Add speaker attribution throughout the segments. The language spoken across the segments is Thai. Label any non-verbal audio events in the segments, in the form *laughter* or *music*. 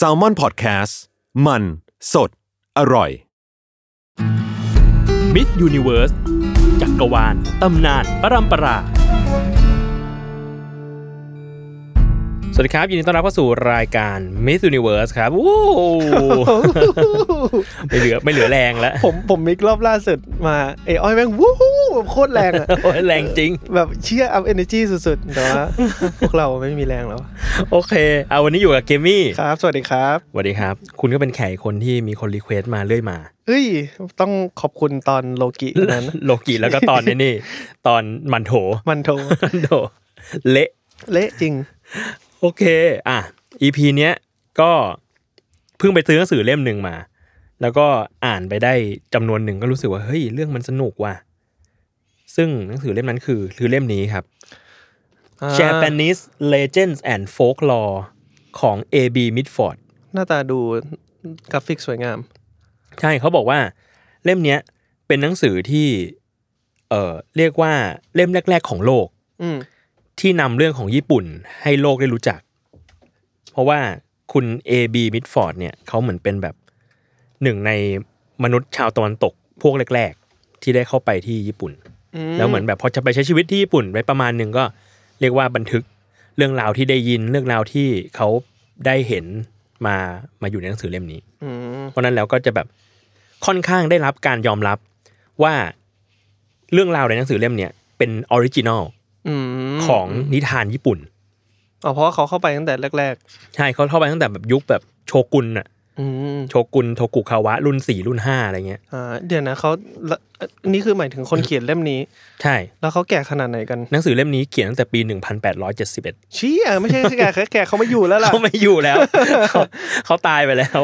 Speaker 1: s a l ม o n PODCAST มันสดอร่อย
Speaker 2: มิสยูนิเวิร์สจักรวาล ตำนาน ประรำประรา สวัสดีครับ ยินดีต้อนรับเข้าสู่รายการ Miss Universe ครับวู้
Speaker 3: *laughs*
Speaker 2: ไม่เหลือไม่เหลือแรงแล้ว *laughs*
Speaker 3: ผมผมมิกรอบล่าสุดมาเอออ้อยแม่งวู้ฮู้แบบโคตรแรงอะ *laughs*
Speaker 2: โอ้ยแรงจริง
Speaker 3: แบบเชื่ออัพเอเนจีสุดๆแต่ว่าพวกเราไม่มีแรงแล้ว
Speaker 2: โอเค เอาวันนี้อยู่กับเกมมี่
Speaker 3: ครับ สวัสดีครับ
Speaker 2: สวัสดีครับ คุณก็เป็นแขกอีกคนที่มีคนรีเควสต์มาเรื่อยมา
Speaker 3: เฮ้ย ต้องขอบคุณตอนโลกินั้น
Speaker 2: โลกิแล้วก็ตอนนี้นี่ ตอนมันโถ
Speaker 3: มันโทร
Speaker 2: มันโถเละ
Speaker 3: เละจ
Speaker 2: *laughs*
Speaker 3: ริง
Speaker 2: โอเค อ่ะ EP เนี้ยก็เพิ่งไปซื้อหนังสือเล่มหนึ่งมา แล้วก็อ่านไปได้จำนวนหนึ่งก็รู้สึกว่า เฮ้ย เรื่องมันสนุกว่ะ ซึ่งหนังสือเล่มนั้นคือ คือเล่มนี้ครับ
Speaker 3: อ่า
Speaker 2: Japanese Legends and Folklore ของ A.B. Mitford
Speaker 3: หน้าตาดูกราฟิกสวยงาม
Speaker 2: ใช่เขาบอกว่าเล่มเนี้ยเป็นหนังสือที่ เอ่อ เรียกว่าเล่มแรก ๆ ของโลก
Speaker 3: อืม
Speaker 2: ที่นำเรื่องของญี่ปุ่นให้โลกได้รู้จัก เพราะว่าคุณ A.B. Mitford เนี่ยเขาเหมือนเป็นแบบหนึ่งในมนุษย์ชาวตะวันตกพวกแรก ๆ ที่ได้เข้าไปที่ญี่ปุ่น แล้วเหมือนแบบพอจะไปใช้ชีวิตที่ญี่ปุ่นไปประมาณหนึ่งก็เรียกว่าบันทึกเรื่องราวที่ได้ยินเรื่องราวที่เขาได้เห็นมามาอยู่ในหนังสือเล่มนี้
Speaker 3: อืม
Speaker 2: เพราะนั้นแล้วก็จะแบบค่อนข้างได้รับการยอมรับว่าเรื่องราวในหนังสือเล่มเนี่ยเป็นออริจินอล
Speaker 3: อืม
Speaker 2: ของนิทานญี่ปุ่น
Speaker 3: อ๋อเพราะว่าเขาเข้าไปตั้งแต่แรก
Speaker 2: ใช่เขาเข้าไปตั้งแต่แบบยุคแบบโชกุนอะ
Speaker 3: ๆ อืม
Speaker 2: โชกุนโทกุคาวะรุ่นสี่รุ่นห้าอะไรเงี้ย
Speaker 3: อ่าเดี๋ยวนะเขาละนี่คือหมายถึงคนเขียนเล่มนี้
Speaker 2: ใช่
Speaker 3: แล้วเขาแก่ขนาดไหนกัน
Speaker 2: หนังสือเล่มนี้เขียนตั้งแต่ปี 1871
Speaker 3: เชี้ไม่ใช่แก่แค่แก่เขาไม่อยู่แล้วล่ะ
Speaker 2: เขาไม่อยู่แล้ว *laughs* เขาเขาตายไปแล้ว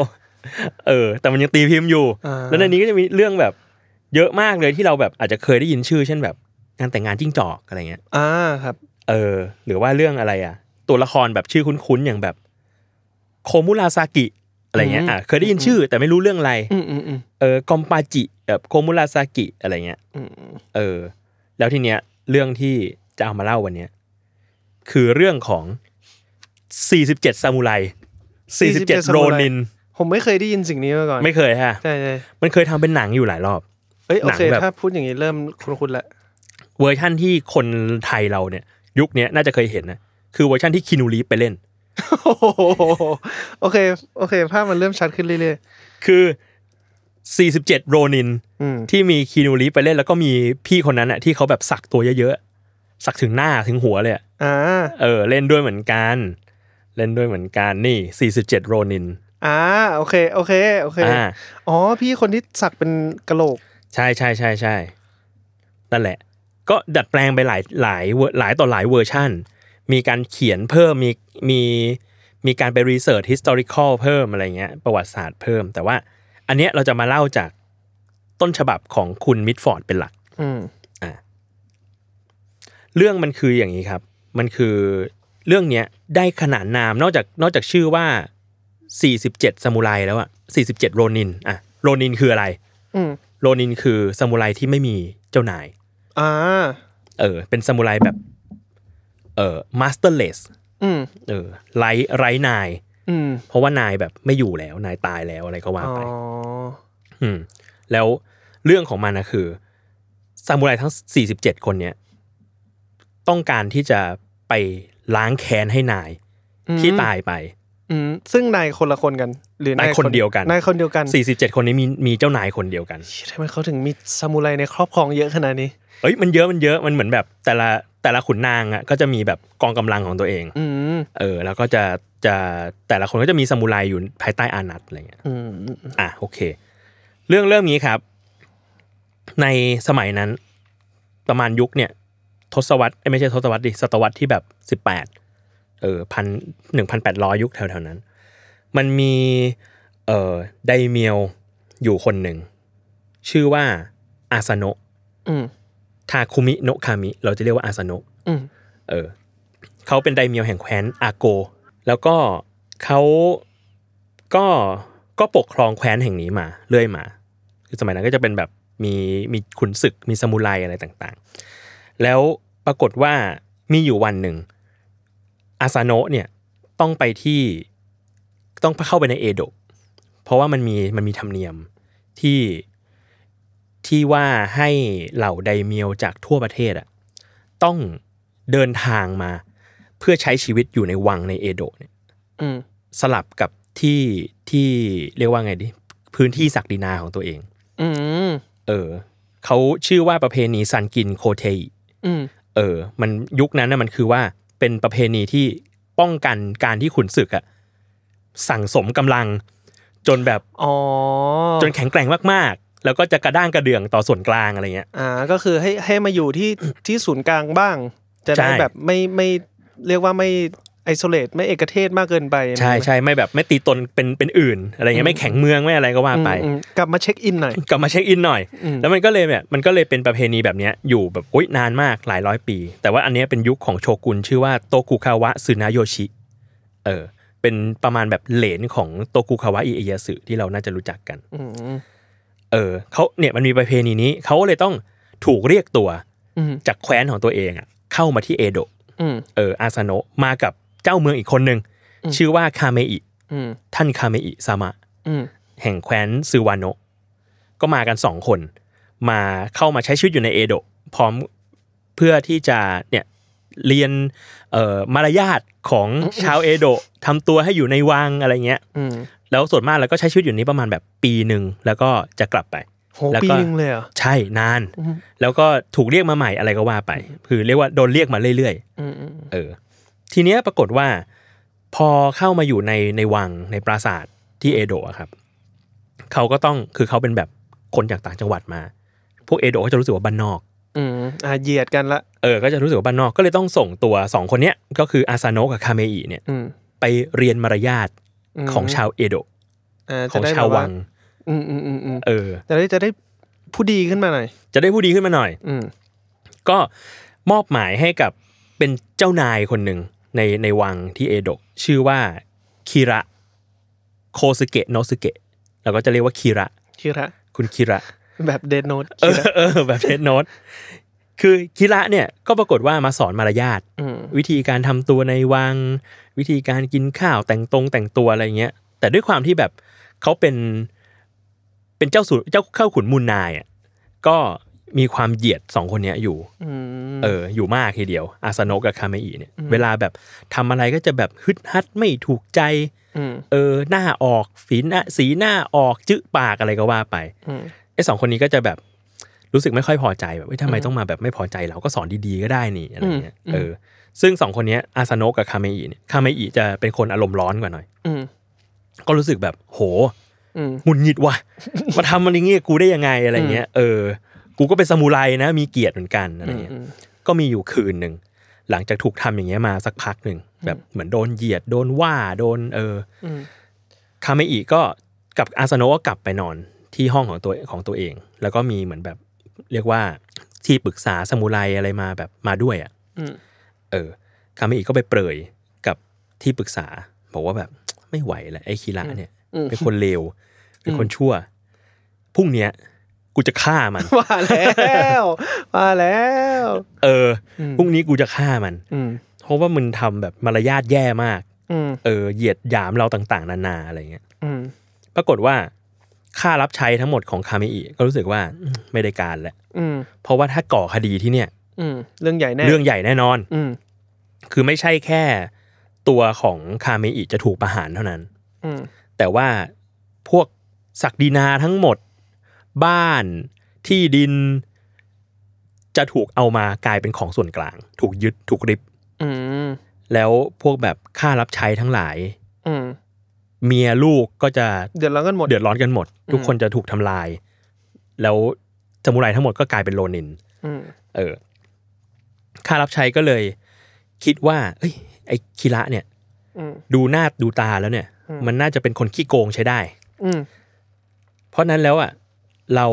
Speaker 2: เออ แต่มันยังตีพิมพ์อยู่
Speaker 3: อ่า
Speaker 2: แล้วในนี้ก็จะมีเรื่องแบบ เยอะมากเลยที่เราแบบอาจจะเคยได้ยินชื่อ เช่นแบบงานแต่งงานจิ้งจอกอะไรเงี้ย
Speaker 3: อ่าครับ
Speaker 2: เออ หรือว่าเรื่องอะไรอ่ะ ตัวละครแบบชื่อคุ้นๆอย่างแบบ โคมุราซากิอะไรเงี้ยอ่ะเคยได้ยินชื่อ แต่ไม่รู้เรื่องอะไร
Speaker 3: อืมอืมอืม
Speaker 2: เออกอมปาจิแบบโคมุราซากิอะไรเงี้ย
Speaker 3: อืม
Speaker 2: เออ แล้วทีเนี้ยเรื่องที่จะเอามาเล่าวันเนี้ยคือเรื่องของ 47 ซามูไร 47
Speaker 3: 47
Speaker 2: โรนิน
Speaker 3: ผมไม่เคยได้ยินสิ่งนี้มาก่อน
Speaker 2: ไม่เคยฮะ
Speaker 3: ใช่ใช่
Speaker 2: มันเคยทำเป็นหนังอยู่หลายรอบ
Speaker 3: เอ้ยโอ
Speaker 2: ห
Speaker 3: เค
Speaker 2: นังแบบ
Speaker 3: ถ้าพูดอย่างนี้เริ่มคุ้นๆละ
Speaker 2: เวอร์ชั่นที่คนไทยเราเนี่ย ยุคเนี้ยน่าจะเคยเห็นนะ คือเวอร์ชั่นที่คินูรีฟไปเล่น
Speaker 3: โอ้โหโอเค โอเค ภาพมันเริ่มชัดขึ้นเรื่อย
Speaker 2: คือ 47 โรนิน
Speaker 3: ๆ อืม
Speaker 2: ที่มีคินูรีฟไปเล่น แล้วก็มีพี่คนนั้นอะที่เขาแบบสักตัวเยอะๆ สักถึงหน้าถึงหัวเลยอะ
Speaker 3: อ่า
Speaker 2: เออเล่นด้วยเหมือนกัน เล่นด้วยเหมือนกันนี่ 47 โรนิน
Speaker 3: อ่าโอเค โอเค โอเค
Speaker 2: อ่า
Speaker 3: อ๋อ พี่คนที่สักเป็นกะโหลก
Speaker 2: ใช่ใช่ใช่ใช่นั่นแหละ ก็ดัดแปลงไปหลายหลายเวอร์หลายต่อหลายเวอร์ชั่น มีการเขียนเพิ่มมีมีมีการไปรีเสิร์ช historical เพิ่มอะไรเงี้ยประวัติศาสตร์เพิ่ม แต่ว่าอันเนี้ยเราจะมาเล่าจากต้นฉบับของคุณมิดฟอร์ดเป็นหลัก
Speaker 3: อืม
Speaker 2: เรื่องมันคืออย่างนี้ครับ มันคือเรื่องเนี้ยได้ขนานนามนอกจากนอกจากชื่อว่า 47ซามูไรแล้วอะ47 โรนินอะโรนินคืออะไร
Speaker 3: อืม
Speaker 2: โรนินคือซามูไรที่ไม่มีเจ้านาย
Speaker 3: อ่า
Speaker 2: เออ เป็นซามูไรแบบ เออมาสเตอร์เลส
Speaker 3: อืม
Speaker 2: เออไร้ไร้นาย
Speaker 3: อืม
Speaker 2: เพราะว่านายแบบไม่อยู่แล้ว นายตายแล้วอะไรก็ว่า
Speaker 3: อ๋อ
Speaker 2: ไป อืมแล้วเรื่องของมันนะคือซามูไรทั้ง 47 คนเนี่ยต้องการที่จะไปล้างแค้นให้นาย
Speaker 3: อืม
Speaker 2: ที่ตายไป
Speaker 3: อืมซึ่งนายคนละคนกัน หรือนาย
Speaker 2: นายคนเดียวกัน
Speaker 3: นายคนเดียวกัน
Speaker 2: 47 คนนี้มีมีเจ้านายคนเดียวกัน
Speaker 3: ทำไมเขาถึงมีซามูไรในครอบครองเยอะขนาดนี้
Speaker 2: เอ้ยมันเยอะมันเยอะมันเหมือนแบบแต่ละแต่ละขุนนางอ่ะก็จะมีแบบกองกำลังของตัวเอง
Speaker 3: อืม
Speaker 2: เออ แล้วก็จะจะแต่ละคนก็จะมีซามูไรอยู่ภายใต้อานัตอะไรเงี้ย
Speaker 3: อืม
Speaker 2: อ่ะโอเค เรื่องเรื่องนี้ครับ ในสมัยนั้น ประมาณยุคเนี่ย ทศวรรษเอ้ยไม่ใช่ทศวรรษดิศตวรรษที่แบบสิบแปดเออพันหนึ่งพันแปดร้อยยุคแถวๆนั้น มันมีเอ่อไดเมียวอยู่คนหนึ่ง ชื่อว่าอาสโนะ
Speaker 3: อืม
Speaker 2: ทาคุมิโนะคามิ เราจะเรียกว่าอาสโนะ
Speaker 3: อืม
Speaker 2: เออเขาเป็นไดเมียวแห่งแคว้นอาโก แล้วก็เขาก็ก็ปกครองแคว้นแห่งนี้มาเรื่อยมาคือสมัยนั้นก็จะเป็นแบบมีมีขุนศึกมีซามูไรอะไรต่างๆ แล้วปรากฏว่ามีอยู่วันหนึ่งอาซาโนะเนี่ยต้องไปที่ต้องเข้าไปในเอโดะเพราะว่ามันมีมันมีธรรมเนียมที่ที่ว่าให้เหล่าไดเมียวจากทั่วประเทศอะ ต้องเดินทางมาเพื่อใช้ชีวิตอยู่ในวังในเอโดะเนี่ย
Speaker 3: อืม
Speaker 2: สลับกับที่ที่เรียกว่าไงดิพื้นที่ศักดินาของตัวเอง
Speaker 3: อืม
Speaker 2: เออเขาชื่อว่าประเพณีซันกินโคเทอิ
Speaker 3: อืม
Speaker 2: เออ มันยุคนั้นนะมันคือว่าเป็นประเพณีที่ป้องกันการที่ขุนศึกอะสั่งสมกำลัง จนแบบ
Speaker 3: อ๋อ
Speaker 2: จนแข็งแกร่งมากๆ แล้วก็จะกระด้างกระเดื่องต่อส่วนกลางอะไรเงี้ย
Speaker 3: อ่าก็คือให้ให้มาอยู่ที่ ที่ศูนย์กลางบ้าง จะได้
Speaker 2: ใช่
Speaker 3: แบบไม่ไม่เรียกว่าไม่ไอโซเลตไม่เอกเทศมากเกินไป
Speaker 2: ใช่ใช่ไม่แบบไม่ตีตนเป็นเป็นอื่น อะไรเงี้ยไม่แข็งเมืองไม่อะไรก็ว่า
Speaker 3: อืม
Speaker 2: ไป
Speaker 3: อืมกลับมาเช็คอินหน่อย
Speaker 2: กลับมาเช็คอินหน่อย
Speaker 3: อืม
Speaker 2: แล้วมันก็เลยแบบมันก็เลยเป็นประเพณีแบบเนี้ยอยู่แบบอุยนานมากหลายร้อยปี แต่ว่าอันเนี้ยเป็นยุคของโชกุนชื่อว่าโตกุคาวะซึนาโยชิเออเป็นประมาณแบบเหลนของโตกุคาวะอิเอยสึที่เราน่าจะรู้จักกัน
Speaker 3: อืม
Speaker 2: เออเขาเนี่ยมันมีประเพณีนี้เขาก็เลยต้องถูกเรียกตัว
Speaker 3: อืม
Speaker 2: จากแคว้นของตัวเองอะเข้ามาที่เอโดะ
Speaker 3: อืม
Speaker 2: เอออาซาโนะมากับเจ้าเมืองอีกคนหนึ่ง
Speaker 3: อืม
Speaker 2: ชื่อว่าคาเมอิ
Speaker 3: อืม
Speaker 2: ท่านคาเมอิซามะ
Speaker 3: อืม
Speaker 2: แห่งแคว้นซึวาโนะก็มากันสองคน มาเข้ามาใช้ชีวิตอยู่ในเอโดะพร้อมเพื่อที่จะเนี่ยเรียนเอ่อมารยาทของชาวเอโดะทำตัวให้อยู่ในวังอะไรเงี้ย
Speaker 3: อืม
Speaker 2: แล้วส่วนมากแล้วก็ใช้ชีวิตอยู่นี้ประมาณแบบปีหนึ่งแล้วก็จะกลับไป
Speaker 3: โห
Speaker 2: แล้วก็
Speaker 3: ปีหนึงเลยเหรอ่ะ
Speaker 2: ใช่นาน
Speaker 3: อืม
Speaker 2: แล้วก็ถูกเรียกมาใหม่อะไรก็ว่าไป คือเรียกว่าโดนเรียกมาเรื่อยๆ
Speaker 3: อืมอืม
Speaker 2: เออทีเนี้ยปรากฏว่า พอเข้ามาอยู่ในในวังในปราสาทที่เอโดะอะครับเขาก็ต้องคือเขาเป็นแบบคนจากต่างจังหวัดมา พวกเอโดะก็จะรู้สึกว่าบ้านนอก
Speaker 3: อืมอ่าเหยียดกันละ
Speaker 2: เออก็จะรู้สึกว่าบ้านนอกก็เลยต้องส่งตัวสองคนเนี้ยก็คืออาซาโนะกับคาเมอิเนี่ย
Speaker 3: อืม
Speaker 2: ไปเรียนมารยาท
Speaker 3: ม
Speaker 2: ของชาวเอโดะ
Speaker 3: อ่
Speaker 2: ข
Speaker 3: จะ
Speaker 2: อง
Speaker 3: ได้
Speaker 2: ชาววัง
Speaker 3: แบบอืมอืมอืมอืม
Speaker 2: เออ
Speaker 3: จะได้จะได้ผู้ดีขึ้นมาหน่อย
Speaker 2: จะได้ผู้ดีขึ้นมาหน่อย
Speaker 3: อืม
Speaker 2: ก็มอบหมายให้กับเป็นเจ้านายคนหนึ่งในในวังที่เอโดะชื่อว่าคิระโคสเกะโนสเกะเราก็จะเรียกว่าคิระ
Speaker 3: คิระ
Speaker 2: คุณคิระ
Speaker 3: แบบเดนโนด
Speaker 2: เอ
Speaker 3: คิ
Speaker 2: อ
Speaker 3: ระ
Speaker 2: เออ *laughs* แบบเทสโนตคือคิระเนี่ยก็ปรากฏว่ามาสอนมารยาท
Speaker 3: อืม
Speaker 2: วิธีการทำตัวในวัง วิธีการกินข้าวแต่งตรงแต่งตัวอะไรเงี้ย แต่ด้วยความที่แบบเขาเป็นเป็นเจ้าสุเจ้าเข้าขุนมูลนายอ่ะก็มีความเหยียดสองคนเนี้ยอยู่
Speaker 3: อืม
Speaker 2: เอออยู่มากทีเดียว อาสโนะกับคาเมอิเนี่ยเวลาแบบทำอะไรก็จะแบบฮึดฮัดไม่ถูกใจ
Speaker 3: อืม
Speaker 2: เออหน้าออกฝีหน้าสีหน้าออกจื้อปากอะไรก็ว่าไป
Speaker 3: ม
Speaker 2: ไอ้สองคนนี้ก็จะแบบรู้สึกไม่ค่อยพอใจแบบเอ้ยทำไมต้องมาแบบไม่พอใจเราก็สอนดีๆก็ได้นี่อะไรเงี้ยเออซึ่งสองคนเนี้ยอาสโนะกับคาเมอิเนี่ยคาเมอิจะเป็นคนอารมณ์ร้อนกว่าหน่อย
Speaker 3: อืม
Speaker 2: ก็รู้สึกแบบโห
Speaker 3: อืม
Speaker 2: หงุดหงิด *laughs* ว่ะ มาทำอะไรเงี้ยกูได้ยังไงอะไรเงี้ย เออ กูก็เป็นซามูไรนะ มีเกียรติเหมือนกันอะไรเงี้ย ก็มีอยู่คืนหนึ่ง หลังจากถูกทำอย่างเงี้ยมาสักพักหนึ่งแบบเหมือนโดนเหยียดโดนว่าโดนเอออคาเมอิก็กับอาซาโนะก็กลับไปนอนที่ห้องของตัวของตัวเอง แล้วก็มีเหมือนแบบเรียกว่าที่ปรึกษาซามูไรอะไรมาแบบมาด้วยอ่ะ
Speaker 3: อืม
Speaker 2: เออคาเมอิก็ไปเปรยกับที่ปรึกษา บอกว่าแบบ ไม่ไหวแล้วไอ้คีระเนี่ย เป็นคนเล *laughs* ว เป็นคนชั่วพรุ่งเนี้ย กูจะฆ่ามัน *laughs*
Speaker 3: ว่าแล้วว่าแล้ว
Speaker 2: เอออพรุ่งนี้กูจะฆ่ามัน
Speaker 3: อืม
Speaker 2: เพราะว่ามึงทำแบบมารยาทแย่มาก
Speaker 3: อืม
Speaker 2: เออเหยียดหยามเราต่างๆ นานาอะไรเงี้ย
Speaker 3: อืม
Speaker 2: ปรากฏว่า ค่ารับใช้ทั้งหมดของคาเมอิก็รู้สึกว่าอืมไม่ได้การแล้ว
Speaker 3: อืม
Speaker 2: เพราะว่าถ้าก่อคดีที่เนี่ย
Speaker 3: อืมเรื่องใหญ่แน่
Speaker 2: เรื่องใหญ่แน่นอน
Speaker 3: อืม
Speaker 2: คือไม่ใช่แค่ ตัวของคาเมอิจะถูกประหารเท่านั้น
Speaker 3: อืม
Speaker 2: แต่ว่าพวกศักดินาทั้งหมด บ้านที่ดิน จะถูกเอามากลายเป็นของส่วนกลาง ถูกยึดถูกริบ
Speaker 3: อืม
Speaker 2: แล้วพวกแบบค่ารับใช้ทั้งหลาย
Speaker 3: อืม
Speaker 2: เมียลูกก็จะ
Speaker 3: เดือดร้อนกันหมด
Speaker 2: เดือดร้อนกันหมด ทุกคนจะถูกทำลาย แล้วสมุไรทั้งหมดก็กลายเป็นโรนิน
Speaker 3: อืม
Speaker 2: เออค่ารับใช้ก็เลยคิดว่า เอ้ย ไอ้คิระเนี่ย
Speaker 3: อืม
Speaker 2: ดูหน้าดูตาแล้วเนี่ย
Speaker 3: อืม
Speaker 2: มันน่าจะเป็นคนขี้โกงใช้ได้
Speaker 3: อืม
Speaker 2: เพราะนั้นแล้วอ่ะเรา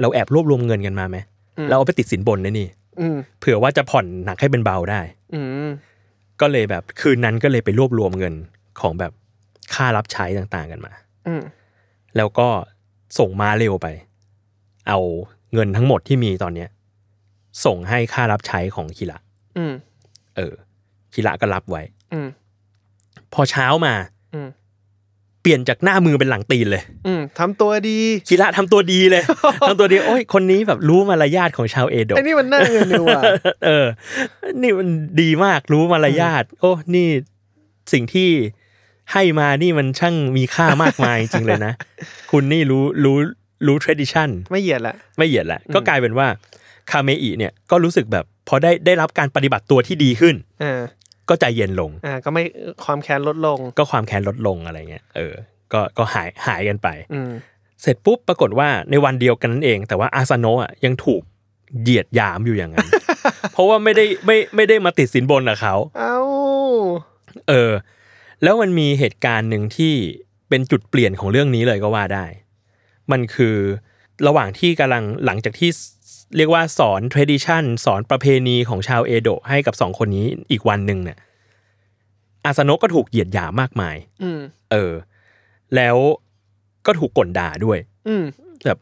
Speaker 2: เราแอบรวบรวมเงินกันมาไหม
Speaker 3: อืม
Speaker 2: เราเอาไปติดสินบนนะนี่
Speaker 3: อืม
Speaker 2: เผื่อว่าจะผ่อนหนักให้เป็นเบาได้
Speaker 3: อืม
Speaker 2: ก็เลยแบบคืนนั้นก็เลยไปรวบรวมเงินของแบบค่ารับใช้ต่างๆกันมา
Speaker 3: อืม
Speaker 2: แล้วก็ส่งมาเร็วไป เอาเงินทั้งหมดที่มีตอนเนี้ย ส่งให้ค่ารับใช้ของคิระ
Speaker 3: อืม
Speaker 2: เออคิระก็รับไว้
Speaker 3: อืม
Speaker 2: พอเช้ามา
Speaker 3: อืม
Speaker 2: เปลี่ยนจากหน้ามือเป็นหลังตีนเลย
Speaker 3: อืมทำตัวดี
Speaker 2: คิระทำตัวดีเลย ทำตัวดีโอ้ยคนนี้แบบรู้มารยาทของชาวเอโดะ
Speaker 3: ไอ้นี่มันน่าเงินดี
Speaker 2: *laughs*
Speaker 3: ว่ะ
Speaker 2: เออ นี่มันดีมากรู้มารยาท โอ้นี่สิ่งที่ให้มานี่มันช่างมีค่ามากมายจริงๆเลย *laughs* นะ คุณนี่รู้รู้รู้ tradition
Speaker 3: ไม่เหยียดละ
Speaker 2: ไม่เหยียดแหละ ก็กลายเป็นว่าคาเมอิเนี่ยก็รู้สึกแบบพอได้ได้รับการปฏิบัติตัวที่ดีขึ้น
Speaker 3: อ่า
Speaker 2: ก็ใจเย็นลง
Speaker 3: อ่า ก็ไม่ความแค้นลดลง
Speaker 2: ก็ความแค้นลดลงอะไรเงี้ยเออ ก็ก็หายหายกันไป
Speaker 3: อืม
Speaker 2: เสร็จปุ๊บปรากฏว่าในวันเดียวกันนั่นเอง แต่ว่าอาซาโนะอ่ะยังถูกเหยียดหยามอยู่อย่าง *laughs* นั้น เพราะว่าไม่ได้ไม่ไม่ได้มาติดสินบนกับเขา
Speaker 3: เอ้า
Speaker 2: เออ แล้วมันมีเหตุการณ์หนึ่งที่เป็นจุดเปลี่ยนของเรื่องนี้เลยก็ว่าได้ มันคือระหว่างที่กำลังหลังจากที่สเรียกว่าสอน tradition สอนประเพณีของชาวเอโดะให้กับสองคนนี้อีกวันหนึ่งเนี่ยอาซาโนะก็ถูกเหยียดหยามมากมาย
Speaker 3: อืม
Speaker 2: เออ แล้วก็ถูกก่นด่าด้วย
Speaker 3: อืม
Speaker 2: แบบ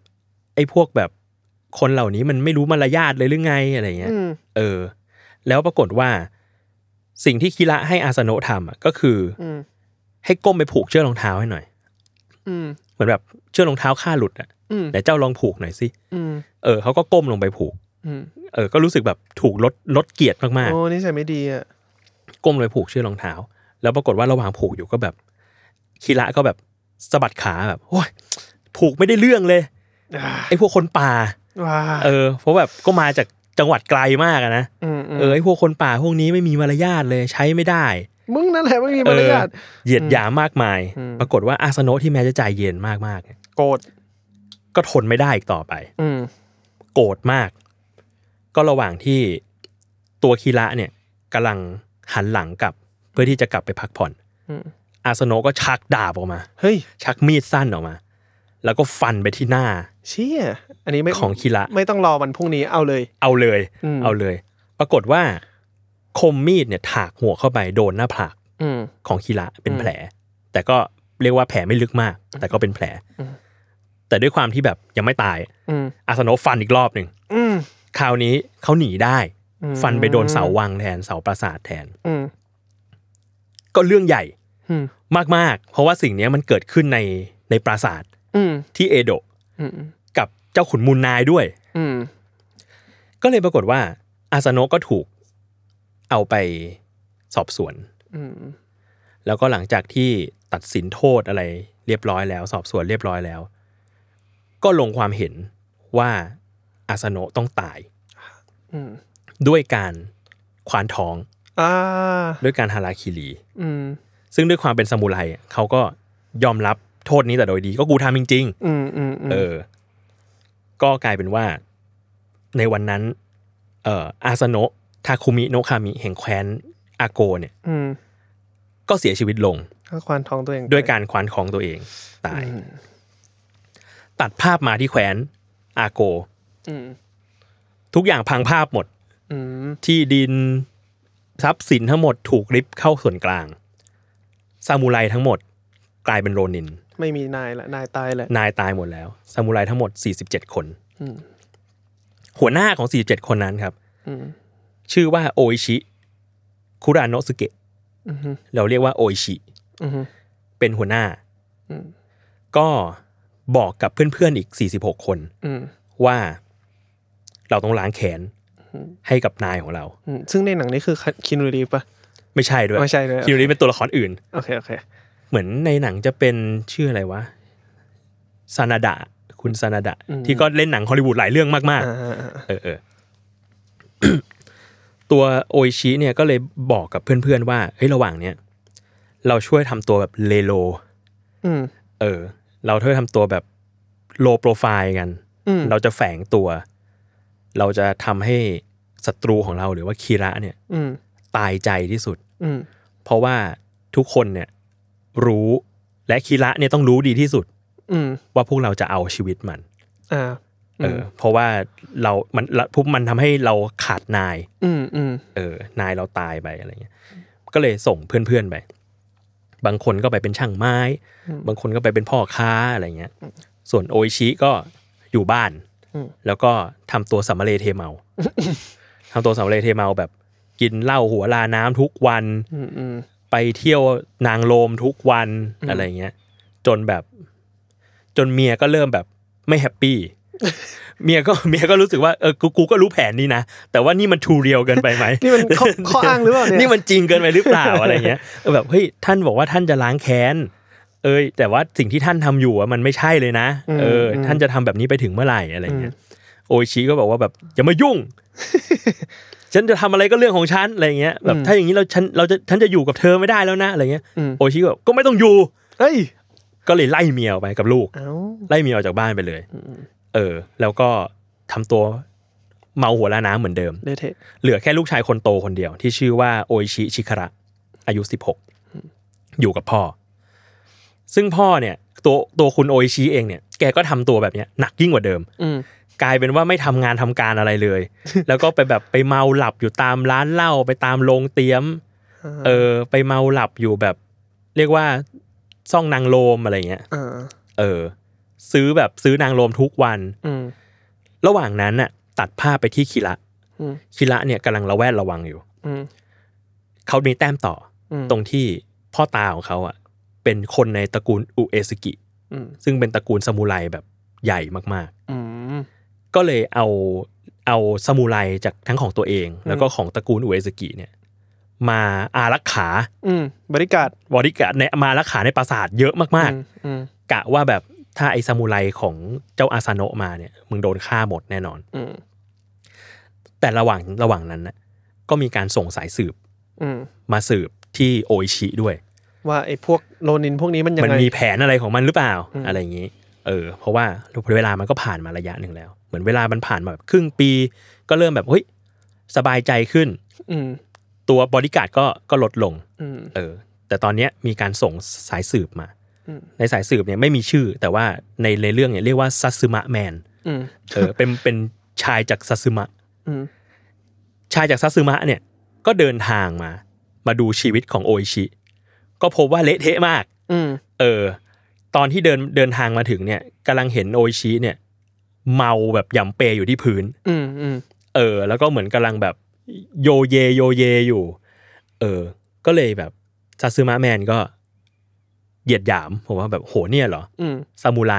Speaker 2: ไอ้พวกแบบคนเหล่านี้มันไม่รู้มารยาทเลยหรือไงอะไรเงี้ย
Speaker 3: อืม
Speaker 2: เออ แล้วปรากฏว่า สิ่งที่คิระให้อาสโนะทำอะก็คือ
Speaker 3: อืม
Speaker 2: ให้ก้มไปผูกเชือกรองเท้าให้หน่อย
Speaker 3: อืม
Speaker 2: เหมือนแบบเชือกรองเท้าข้าหลุดอ่ะ
Speaker 3: อืม
Speaker 2: แต่เจ้าลองผูกหน่อยสิ
Speaker 3: อืม
Speaker 2: เออเขาก็ก้มลงไปผูก
Speaker 3: อืม
Speaker 2: เออ ก็รู้สึกแบบถูกลดลดเกียรติมาก
Speaker 3: โอ้นี่ใส่ไม่ดีอ่ะ
Speaker 2: ๆก้มลงไปผูกเชือกรองเท้า แล้วปรากฏว่าระหว่างผูกอยู่ก็แบบคิระก็แบบสะบัดขาแบบโอ้ยผูกไม่ได้เรื่องเลยไอ้พวกคนป่า
Speaker 3: ว้า
Speaker 2: เออเพราะแบบก็มาจากจังหวัดไกลมากอะนะ
Speaker 3: อืมอืม
Speaker 2: เออไอพวกคนป่าพวกนี้ไม่มีมารยาทเลยใช้ไม่ได้
Speaker 3: มึงนั่นแหละไม่มีมารยาท
Speaker 2: เออเหยียดหยามมากมาย
Speaker 3: อืม
Speaker 2: ปรากฏว่าอาสโนะที่แม้จะใจเย็นมากๆเนี่ย
Speaker 3: โกรธ
Speaker 2: ก็ทนไม่ได้อีกต่อไป
Speaker 3: อืม
Speaker 2: โกรธมาก ก็ระหว่างที่ตัวคีระเนี่ยกำลังหันหลังกลับ เพื่อที่จะกลับไปพักผ่อน
Speaker 3: อืม
Speaker 2: อาสโนะก็ชักดาบออกมา
Speaker 3: เฮ้ย
Speaker 2: ชักมีดสั้นออกมา แล้วก็ฟันไปที่หน้า
Speaker 3: เชี่ย อันนี้ไม่
Speaker 2: ของคีระ
Speaker 3: ไม่ต้องรอวันพรุ่งนี้เอาเลย
Speaker 2: เอาเลย
Speaker 3: อืม
Speaker 2: เอาเลย ปรากฏว่า คมมีดเนี่ยถากหัวเข้าไปโดนหน้าผาก
Speaker 3: อืม
Speaker 2: ของคีระเป็นแผล แต่ก็เรียกว่าแผลไม่ลึกมาก แต่ก็เป็นแผล แต่ด้วยความที่แบบยังไม่ตาย
Speaker 3: อืม
Speaker 2: อาสโนะฟันอีกรอบหนึ่ง
Speaker 3: อืม
Speaker 2: คราวนี้เขาหนีได้
Speaker 3: อืม
Speaker 2: ฟันไปโดนเสาวังแทนเสาปราสาทแทน
Speaker 3: อืม
Speaker 2: ก็เรื่องใหญ่
Speaker 3: อืม
Speaker 2: มากๆ เพราะว่าสิ่งเนี้ยมันเกิดขึ้นในในปราสาท
Speaker 3: อืม
Speaker 2: ที่เอโดะ
Speaker 3: อืม
Speaker 2: กับเจ้าขุนมูลนายด้วย
Speaker 3: อืม
Speaker 2: ก็เลยปรากฏว่า อาสโนะก็ถูกเอาไปสอบสวน
Speaker 3: อืม
Speaker 2: แล้วก็หลังจากที่ตัดสินโทษอะไรเรียบร้อยแล้ว สอบสวนเรียบร้อยแล้ว ก็ลงความเห็นว่าอาสโนะต้องตาย
Speaker 3: อืม
Speaker 2: ด้วยการควานท้อง
Speaker 3: อ่า
Speaker 2: ด้วยการฮาราคิรี
Speaker 3: อืม
Speaker 2: ซึ่งด้วยความเป็นซามูไรอ่ะเขาก็ยอมรับโทษนี้แต่โดยดี ก็กูทำจริง
Speaker 3: อืมอืม
Speaker 2: ๆ เออ ก็กลายเป็นว่าในวันนั้น เอ่ออาสโนะทาคุมิโนะคามิแห่งแคว้นอาโกเนี่ย
Speaker 3: อืม
Speaker 2: ก็เสียชีวิตลง
Speaker 3: ก็ควานท้องตัวเองไป
Speaker 2: ด้วยการควานของตัวเองตาย ตัดภาพมาที่แขวนอาโก
Speaker 3: อืม
Speaker 2: ทุกอย่างพังภาพหมด
Speaker 3: อืม
Speaker 2: ที่ดินทรัพย์สินทั้งหมดถูกริบเข้าส่วนกลาง ซามูไรทั้งหมด กลายเป็นโรนิน
Speaker 3: ไม่มีนายละ นายตายละ
Speaker 2: นายตายหมดแล้ว ซามูไรทั้งหมด 47 คน
Speaker 3: อืม
Speaker 2: หัวหน้าของ 47 คนนั้นครับ
Speaker 3: อืม
Speaker 2: ชื่อว่าโออิชิ คุราโนะสึเกะ
Speaker 3: อืม
Speaker 2: เราเรียกว่าโออิชิ
Speaker 3: อืม
Speaker 2: เป็นหัวหน้า
Speaker 3: อืม
Speaker 2: ก็บอกกับเพื่อนๆอีก 46 คน
Speaker 3: อืม
Speaker 2: ว่าเราต้องล้างแขนให้กับนายของเรา
Speaker 3: อืมซึ่งในหนังนี้คือคินูรีฟปะ
Speaker 2: ไม่ใช่ด้วย
Speaker 3: ไม่ใช่ด้วย
Speaker 2: คิวรีเป็นตัวละครอื่น
Speaker 3: โอเค โอเค
Speaker 2: เหมือนในหนังจะเป็นชื่ออะไรวะซานาดะคุณซานาดะ
Speaker 3: อืม
Speaker 2: ที่ก็เล่นหนังฮอลลีวูดหลายเรื่องมาก
Speaker 3: อ่า
Speaker 2: ๆ เออเอ *coughs* อ ตัวโออิชิเนี่ยก็เลยบอกกับเพื่อนๆว่าเฮ้ยระหว่างเนี้ยเราช่วยทำตัวแบบเลโล
Speaker 3: อืม
Speaker 2: เออ เราช่วยทำตัวแบบโลโปรไฟล์กัน
Speaker 3: อืม
Speaker 2: เราจะแฝงตัว เราจะทำให้ศัตรูของเราหรือว่าคีระเนี่ย
Speaker 3: อืม
Speaker 2: ตายใจที่สุด
Speaker 3: อืม
Speaker 2: เพราะว่าทุกคนเนี่ยรู้และคีระเนี่ยต้องรู้ดีที่สุด
Speaker 3: อืม
Speaker 2: ว่าพวกเราจะเอาชีวิตมัน
Speaker 3: อ่า
Speaker 2: เอออเพราะว่าเรา มันละพวกมันทำให้เราขาดนาย
Speaker 3: อืม อืม
Speaker 2: เออ นายเราตายไปอะไรเงี้ย ก็เลยส่งเพื่อนๆไป บางคนก็ไปเป็นช่างไม้ บางคนก็ไปเป็นพ่อค้าอะไรเงี้ย ส่วนโออิชิก็อยู่บ้าน
Speaker 3: อืม
Speaker 2: แล้วก็ทำตัวสัมมาเลเท
Speaker 3: *laughs*
Speaker 2: เมา ทำตัวสัมมาเลเทเมาแบบกินเหล้าหัวลาน้ำทุกวัน
Speaker 3: อืม อืม
Speaker 2: ไปเที่ยวนางโลมทุกวันอะไรเงี้ย จนแบบ จนเมียก็เริ่มแบบไม่แฮป
Speaker 3: *laughs*
Speaker 2: ปี้ เมียก็เมียก็รู้สึกว่าเออกูกูก็รู้แผนนี้นะ แต่ว่านี่มันทูเรียลเกินไปไหม
Speaker 3: *laughs* นี่มันข้อข้ออ้างหรือเปล่าเนี่ย
Speaker 2: นี่มันจริงเกินไปหรือเปล่า อะไรเงี้ยเออแบบเฮ้ยท่านบอกว่าท่านจะล้างแค้น เอ้ยแต่ว่าสิ่งที่ท่านทำอยู่อะมันไม่ใช่เลยนะ
Speaker 3: อืม
Speaker 2: เอออ
Speaker 3: ม
Speaker 2: ท่านจะทำแบบนี้ไปถึงเมื่อไหร่อะไรเงี้ยโออิชิก็บอกว่าแบบอย่ามา
Speaker 3: *laughs*
Speaker 2: ยุ่ง ฉันจะทำอะไรก็เรื่องของฉันอะไรเงี้ยแบบถ้าอย่างนี้เราฉันเราจะฉันจะอยู่กับเธอไม่ได้แล้วนะอะไรเงี้ยโออิชิก็บอกก็ไม่ต้องอยู่
Speaker 3: เอ้ย
Speaker 2: ก็เลยไล่เมียออกไปกับลูก
Speaker 3: เอ้า
Speaker 2: ไล่เมียออกจากบ้านไปเลย เออ แล้วก็ทำตัวเมาหัวละน้ำเหมือนเดิม
Speaker 3: เลเทะ
Speaker 2: เหลือแค่ลูกชายคนโตคนเดียว ที่ชื่อว่าโออิชิชิคาระ อายุ 16 อยู่กับพ่อ ซึ่งพ่อเนี่ย ตัวตัวคุณโออิชิเองเนี่ยแกก็ทำตัวแบบเนี้ยหนักยิ่งกว่าเดิม
Speaker 3: อืม
Speaker 2: กลายเป็นว่าไม่ทำงานทำการอะไรเลย *laughs* แล้วก็ไปแบบไปเมาหลับอยู่ตามร้านเหล้าไปตามโรงเตี๊ยม เออ ไปเมาหลับอยู่แบบ เรียกว่าซ่องนางโลมอะไรเงี้ย
Speaker 3: อ่า
Speaker 2: เออ ซื้อแบบซื้อนางโลมทุกวัน
Speaker 3: อืม
Speaker 2: ระหว่างนั้นน่ะ ตัดภาพไปที่คิระ
Speaker 3: อืม
Speaker 2: คิระเนี่ยกำลังระแวดระวังอยู่
Speaker 3: อืม
Speaker 2: เขามีแต้มต่ออ
Speaker 3: ม
Speaker 2: ตรงที่พ่อตาของเขาอ่ะ เป็นคนในตระกูลอุเอสกิ
Speaker 3: อืม
Speaker 2: ซึ่งเป็นตระกูลซามูไรแบบใหญ่มาก
Speaker 3: อืม
Speaker 2: ๆ ก็เลยเอาเอาซามูไรจากทั้งของตัวเอง แล้วก็ของตระกูลอุเอสกิเนี่ย มาอารักขา
Speaker 3: อืม บริการด
Speaker 2: บริการในมาอารักขาในปราสาทเยอะมาก
Speaker 3: อืมอืม
Speaker 2: ๆ กะว่าแบบถ้าไอซามูไรของเจ้าอาซาโนะมาเนี่ยมึงโดนฆ่าหมดแน่นอน
Speaker 3: อืม
Speaker 2: แต่ระหว่างระหว่างนั้นนะก็มีการส่งสายสืบ
Speaker 3: อืม
Speaker 2: มาสืบที่โออิชิด้วย
Speaker 3: ว่าไอ้พวกโลนินพวกนี้มันยัง
Speaker 2: มัน
Speaker 3: ไง
Speaker 2: มีแผนอะไรของมันหรือเปล่า
Speaker 3: อืม
Speaker 2: อะไรอย่างนี้ เออ เพราะว่าเวลามันก็ผ่านมาระยะหนึ่งแล้ว เหมือนเวลามันผ่านมาแบบครึ่งปี ก็เริ่มแบบเฮ้ยสบายใจขึ้น
Speaker 3: อืม
Speaker 2: ตัวบริการดก็ก็ลดลง
Speaker 3: อืม
Speaker 2: เออ แต่ตอนเนี้ยมีการส่งสายสืบมา
Speaker 3: อืม
Speaker 2: ในสายสืบเนี่ยไม่มีชื่อ แต่ว่าในในเรื่องเนี่ยเรียกว่าซัตสึมะแมน
Speaker 3: อืม
Speaker 2: เออ เป็นเป็นชายจากซัตสึมะ
Speaker 3: อืม
Speaker 2: ชายจากซัตสึมะเนี่ยก็เดินทางมา มาดูชีวิตของโออิชิ ก็พบว่าเละเทะมาก
Speaker 3: อืม
Speaker 2: เออ ตอนที่เดินเดินทางมาถึงเนี่ยกำลังเห็นโออิชิเนี่ย เมาแบบหยำเปยอยู่ที่พื้น
Speaker 3: อืม อืม
Speaker 2: เออ แล้วก็เหมือนกำลังแบบโยเยโยเยอยู่ เออ ก็เลยแบบซาซึมะแมนก็เหยียดหยามผมว่าแบบโหเนี่ยเหรอ
Speaker 3: อืม
Speaker 2: ซามูไร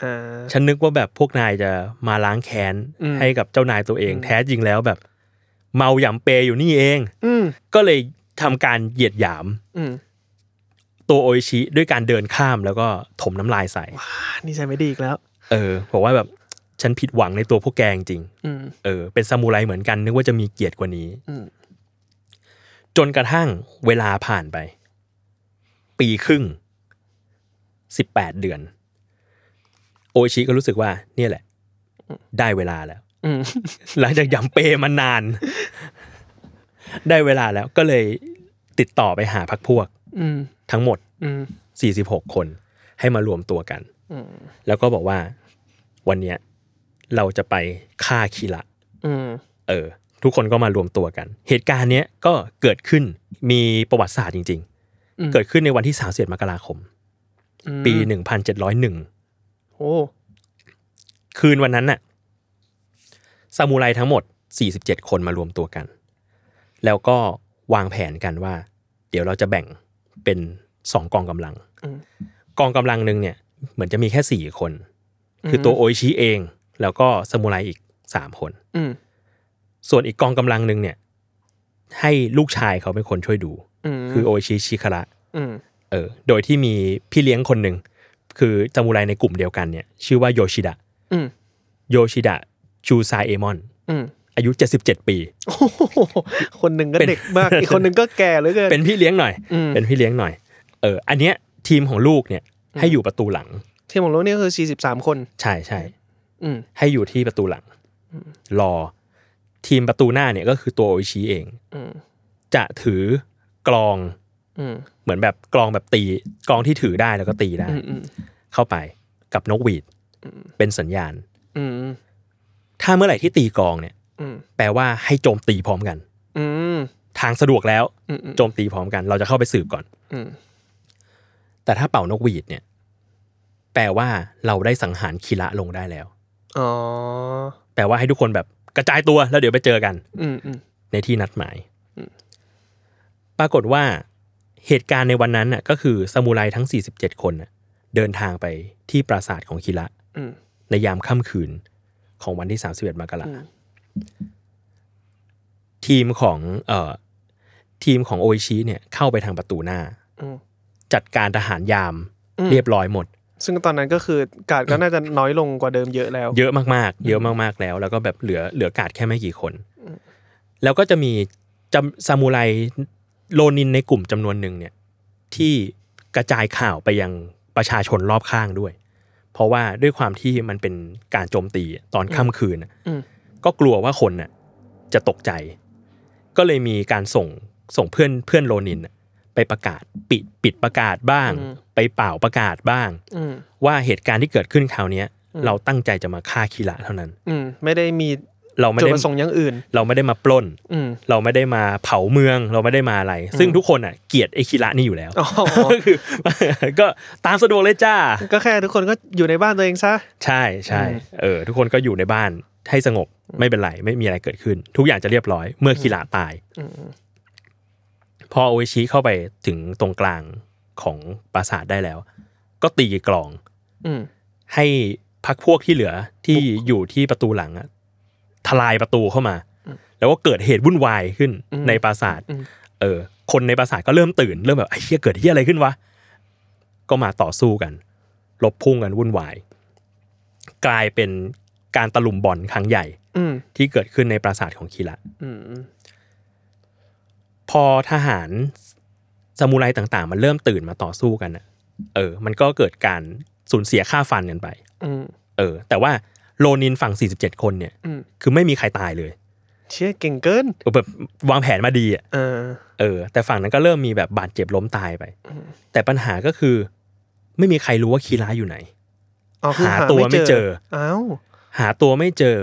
Speaker 3: อ่า
Speaker 2: ฉันนึกว่าแบบพวกนายจะมาล้างแค้น
Speaker 3: อืม
Speaker 2: ให้กับเจ้านายตัวเอง แท้จริงแล้วแบบ เมาหยำเปยอยู่นี่เอง
Speaker 3: อืม
Speaker 2: ก็เลยทำการเหยียดหยาม
Speaker 3: อืม
Speaker 2: ตัวโออิชิด้วยการเดินข้ามแล้วก็ถมน้ำลายใส่
Speaker 3: อ่านี่ใช่ไม่ดีอีกแล้ว
Speaker 2: เออบอกว่าแบบฉันผิดหวังในตัวพวกแกจริง
Speaker 3: อืม
Speaker 2: ๆเออ เป็นซามูไรเหมือนกันนึกว่าจะมีเกียรติกว่านี้
Speaker 3: อืม
Speaker 2: จนกระทั่งเวลาผ่านไป ปีครึ่งสิบแปดเดือน โออิชิก็รู้สึกว่า เนี่ยแหละ ได้เวลาแล้ว
Speaker 3: อืม
Speaker 2: หลังจากยำเปมานาน ได้เวลาแล้วก็เลยติดต่อไปหาพักพวก
Speaker 3: อืม
Speaker 2: ทั้งหมด
Speaker 3: อืม
Speaker 2: 46 คนให้มารวมตัวกัน
Speaker 3: อืม
Speaker 2: แล้วก็บอกว่า วันเนี้ยเราจะไปฆ่าคีระ
Speaker 3: อืม
Speaker 2: เออ ทุกคนก็มารวมตัวกัน เหตุการณ์เนี้ยก็เกิดขึ้นมีประวัติศาสตร์จริง
Speaker 3: อืม
Speaker 2: ๆ เกิดขึ้นในวันที่31มกราคม ปี 1701
Speaker 3: โอ้
Speaker 2: คืนวันนั้นน่ะซามูไรทั้งหมด 47 คนมารวมตัวกัน แล้วก็วางแผนกันว่า เดี๋ยวเราจะแบ่งเป็นสองกองกำลัง กองกำลังหนึ่งเนี่ย เหมือนจะมีแค่สี่คน คือตัวโออิชิเอง แล้วก็ซามูไรอีกสามคน
Speaker 3: อืม
Speaker 2: ส่วนอีกกองกำลังหนึ่งเนี่ย ให้ลูกชายเขาเป็นคนช่วยดู
Speaker 3: ม
Speaker 2: คือโอชิชิคาระ
Speaker 3: อืม
Speaker 2: เออ โดยที่มีพี่เลี้ยงคนหนึ่ง คือจามูไรในกลุ่มเดียวกันเนี่ย ชื่อว่าโยชิดะ
Speaker 3: อืม
Speaker 2: โยชิดะจูซาเอมอน
Speaker 3: อืม *laughs*
Speaker 2: อายุ 77 ปี
Speaker 3: โอ้โหคนหนึ่งก็เด็กมาก อีกคนหนึ่งก็แก่เหลือเกิน
Speaker 2: เป็นพี่เลี้ยงหน่อย
Speaker 3: อืม
Speaker 2: เป็นพี่เลี้ยงหน่อย เออ อันเนี้ยทีมของลูกเนี่ย ให้อยู่ประตูหลัง
Speaker 3: ทีมของโลกนี่ก็คือ 43 คน
Speaker 2: ใช่ใช่
Speaker 3: อืม
Speaker 2: ให้อยู่ที่ประตูหลัง รอ ทีมประตูหน้าเนี่ยก็คือตัวโออิชิเอง
Speaker 3: อืม
Speaker 2: จะถือกลอง
Speaker 3: อืม
Speaker 2: เหมือนแบบกลองแบบตีกลองที่ถือได้แล้วก็ตีได้
Speaker 3: อืมอืม
Speaker 2: เข้าไปกับนกหวีดเป็นสัญญาณ
Speaker 3: อืม
Speaker 2: ถ้าเมื่อไหร่ที่ตีกลองเนี่ย
Speaker 3: อืม
Speaker 2: แปลว่าให้โจมตีพร้อมกัน
Speaker 3: อืม
Speaker 2: ทางสะดวกแล้ว
Speaker 3: อืมอืม
Speaker 2: โจมตีพร้อมกัน เราจะเข้าไปสืบก่อน
Speaker 3: อืม
Speaker 2: แต่ถ้าเป่านกหวีดเนี่ย แปลว่าเราได้สังหารคีระลงได้แล้ว
Speaker 3: อ๋อ
Speaker 2: แปลว่าให้ทุกคนแบบกระจายตัวแล้วเดี๋ยวไปเจอกัน
Speaker 3: อืมอืม
Speaker 2: ในที่นัดหมาย ปรากฏว่าเหตุการณ์ในวันนั้นน่ะก็คือซามูไรทั้ง 47 คนน่ะเดินทางไปที่ปราสาทของคิระ
Speaker 3: อืม
Speaker 2: ในยามค่ำคืนของวันที่ 31 มกราคมทีมของเอ่อทีมของโออิชิเนี่ยเข้าไปทางประตูหน้า
Speaker 3: อืม
Speaker 2: จัดการทหารยาม
Speaker 3: อืม
Speaker 2: เรียบร้อยหมด
Speaker 3: ซึ่งตอนนั้นก็คือการดก็น่าจะน้อยลงกว่าเดิมเยอะแล้ว
Speaker 2: เยอะมากๆ เยอะมากๆแล้ว แล้วก็แบบเหลือเหลือกาดแค่ไม่กี่คน แล้วก็จะมีจำซามูไรโลนินในกลุ่มจำนวนหนึ่งเนี่ย ที่กระจายข่าวไปยังประชาชนรอบข้างด้วย เพราะว่าด้วยความที่มันเป็นการโจมตีตอนค่ำคืนน่ะ
Speaker 3: อืม
Speaker 2: ก็กลัวว่าคนน่ะจะตกใจ ก็เลยมีการส่งส่งเพื่อนเพื่อนโลนินน่ะไปประกาศปิดปิดประกาศบ้าง ไปเป่าประกาศบ้าง
Speaker 3: อืม
Speaker 2: ว่าเหตุการณ์ที่เกิดขึ้นคราวเนี้ยเราตั้งใจจะมาฆ่าคีระเท่านั้น
Speaker 3: อืม ไม่ได้มี
Speaker 2: เราไม่
Speaker 3: จุด
Speaker 2: ได้
Speaker 3: ประสงค์อย่างอื่น
Speaker 2: เราไม่ได้มาปล้น
Speaker 3: อืม
Speaker 2: เราไม่ได้มาเผาเมือง เราไม่ได้มาอะไร ซึ่งทุกคนอ่ะเกลียดไอ้คีระนี่อยู่แล้ว
Speaker 3: อ๋อ
Speaker 2: ก็คือ *laughs* ก็ตามสะดวกเลยจ้า
Speaker 3: ก็แค่ทุกคนก็อยู่ในบ้านตัวเองซะ
Speaker 2: ใช่ใช่
Speaker 3: อืม
Speaker 2: เออทุกคนก็อยู่ในบ้านให้สงบไม่เป็นไรไม่มีอะไรเกิดขึ้น ทุกอย่างจะเรียบร้อย เมื่อคีระตาย พอโออิชิเข้าไปถึงตรงกลางของปราสาทได้แล้ว ก็ตีกลอง
Speaker 3: อืม
Speaker 2: ให้พักพวกที่เหลือที่อยู่ที่ประตูหลังอะทลายประตูเข้ามา แล้วก็เกิดเหตุวุ่นวายขึ้นในปราสาทเออ คนในปราสาทก็เริ่มตื่น เริ่มแบบไอ้เหี้ยเกิดเหี้ยอะไรขึ้นวะก็มาต่อสู้กันลบพุ่งกันวุ่นวาย กลายเป็นการตะลุมบอลครั้งใหญ่
Speaker 3: อืม
Speaker 2: ที่เกิดขึ้นในปราสาทของคีระ
Speaker 3: อืม อืม
Speaker 2: พอทหารซามูไรต่างๆ มันเริ่มตื่นมาต่อสู้กันอะเออ มันก็เกิดการสูญเสียค่าฟันกันไป
Speaker 3: อืม
Speaker 2: เออแต่ว่าโลนินฝั่ง 47 คนเนี่ย
Speaker 3: อืม
Speaker 2: คือไม่มีใครตายเลย
Speaker 3: เชี่ยเก่งเกิน
Speaker 2: เออแบบวางแผนมาดีอ่ะ
Speaker 3: เออ
Speaker 2: เออแต่ฝั่งนั้นก็เริ่มมีแบบบาดเจ็บล้มตายไป แต่ปัญหาก็คือ ไม่มีใครรู้ว่าคีราอยู่ไหน
Speaker 3: อ๋อคือ
Speaker 2: หา
Speaker 3: หา
Speaker 2: ตัวไม่
Speaker 3: ไม่
Speaker 2: เจ
Speaker 3: เจ
Speaker 2: อ
Speaker 3: อ อ้าว
Speaker 2: หาตัวไม่เจอ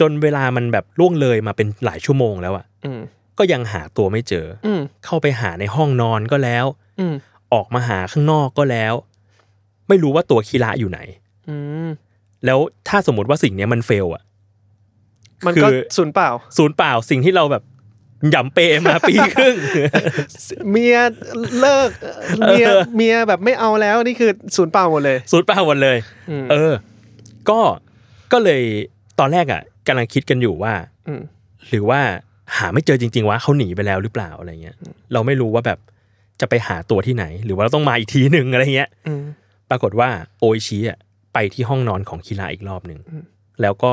Speaker 2: จนเวลามันแบบล่วงเลยมาเป็นหลายชั่วโมงแล้วอ่ะ
Speaker 3: อืม
Speaker 2: ก็ยังหาตัวไม่เจออ
Speaker 3: อืม
Speaker 2: เข้าไปหาในห้องนอนก็แล้ว
Speaker 3: อืม
Speaker 2: ออกมาหาข้างนอกก็แล้ว ไม่รู้ว่าตัวคีระอยู่ไหน
Speaker 3: อืม
Speaker 2: แล้วถ้าสมมติว่าสิ่งเนี้ยมันเฟลอ่ะ
Speaker 3: มันก็
Speaker 2: คือ
Speaker 3: ศูนย์เปล่า
Speaker 2: ศูนย์เปล่าสิ่งที่เราแบบหยำเปมาปีครึ่ง *laughs*
Speaker 3: เมียเลิก เมีย เมียแบบไม่เอาแล้ว นี่คือศูนย์เปล่าหมดเลย
Speaker 2: ศูนย์เปล่าหมดเลย เออ ก็ก็เลยตอนแรกอ่ะกำลังคิดกันอยู่ว่า
Speaker 3: อืม
Speaker 2: หรือว่าหาไม่เจอจริง ๆวะเขาหนีไปแล้วหรือเปล่าอะไรเงี้ย เราไม่รู้ว่าแบบจะไปหาตัวที่ไหน หรือว่าเราต้องมาอีกทีหนึ่งอะไรเงี้ย
Speaker 3: อืม
Speaker 2: ปรากฏว่าโออิชิอ่ะไปที่ห้องนอนของคีราอีกรอบหนึ่งแล้วก็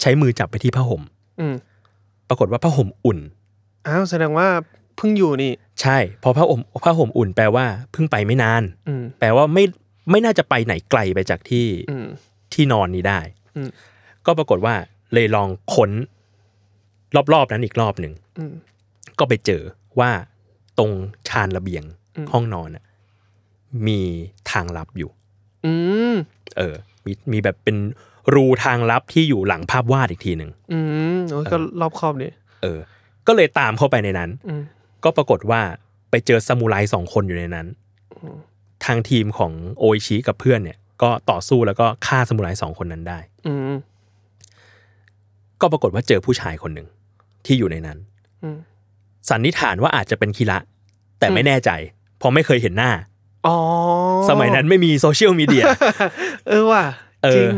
Speaker 2: ใช้มือจับไปที่ผ้าห่ม
Speaker 3: อืม
Speaker 2: ปรากฏว่าผ้าห่มอุ่น
Speaker 3: อ้าว แสดงว่าเพิ่งอยู่นี่
Speaker 2: ใช่เพอผ้าห่มผ้าห่มอุ่นแปลว่าเพิ่งไปไม่นาน
Speaker 3: อืม
Speaker 2: แปลว่าไม่ไม่น่าจะไปไหนไกลไปจากที่
Speaker 3: อืม
Speaker 2: ที่นอนนี้ได้
Speaker 3: อืม
Speaker 2: ก็ปรากฏว่าเลยลองค้นรอบๆนั้นอีกรอบหนึ่ง
Speaker 3: อืม
Speaker 2: ก็ไปเจอว่าตรงชานระเบียงห้องนอนน่ะมีทางลับอยู่
Speaker 3: อืม
Speaker 2: เออ มีมีแบบเป็นรูทางลับที่อยู่หลังภาพวาดอีกทีหนึ่ง
Speaker 3: อืมโอ้ยก็รอบครอบนี่
Speaker 2: เออ ก็เลยตามเข้าไปในนั้น
Speaker 3: อืม
Speaker 2: ก็ปรากฏว่าไปเจอซามูไรสองคนอยู่ในนั้น ทางทีมของโออิชิกับเพื่อนเนี่ย ก็ต่อสู้แล้วก็ฆ่าซามูไรสองคนนั้นได้
Speaker 3: อืม
Speaker 2: ก็ปรากฏว่าเจอผู้ชายคนหนึ่งที่อยู่ในนั้น
Speaker 3: อืม
Speaker 2: สันนิษฐานว่าอาจจะเป็นคีระแต่ไม่แน่ใจ เพราะไม่เคยเห็นหน้า
Speaker 3: อ๋อ
Speaker 2: สมัยนั้นไม่มีโซเชียลมีเดีย
Speaker 3: เออว่ะ
Speaker 2: เอ
Speaker 3: จริ
Speaker 2: อ
Speaker 3: ง